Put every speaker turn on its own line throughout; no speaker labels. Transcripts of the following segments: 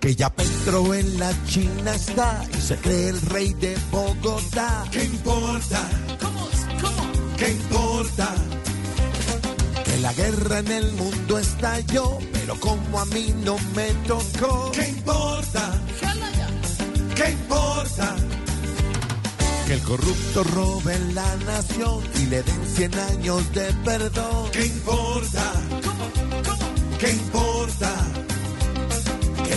Que ya Petro en la China está y se cree el rey de Bogotá.
¿Qué importa? ¿Qué importa?
Que la guerra en el mundo estalló, pero como a mí no me tocó.
¿Qué importa? ¿Qué importa?
Que el corrupto robe la nación y le den 100 años de perdón.
¿Qué importa? ¿Qué importa?
Que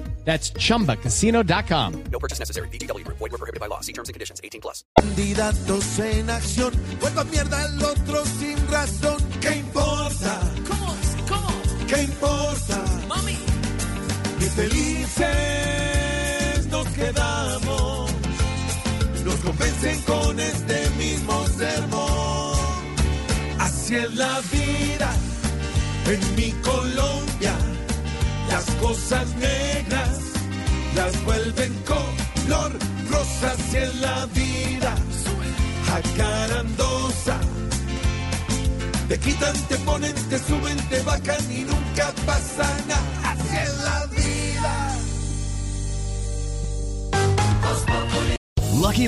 That's chumbacasino.com.
candidatos en acción,
Pues
vuelva mierda al otro sin razón.
¿Qué importa? ¿Qué importa? Mami. Y felices nos quedamos. Nos convencen con este mismo sermón. Así es la vida en mi Colombia. Las cosas negras las vuelven color rosa. Así es la vida jacarandosa. Te quitan, te ponen, te suben, te bajan y nunca pasa nada. Así es la vida.
Lucky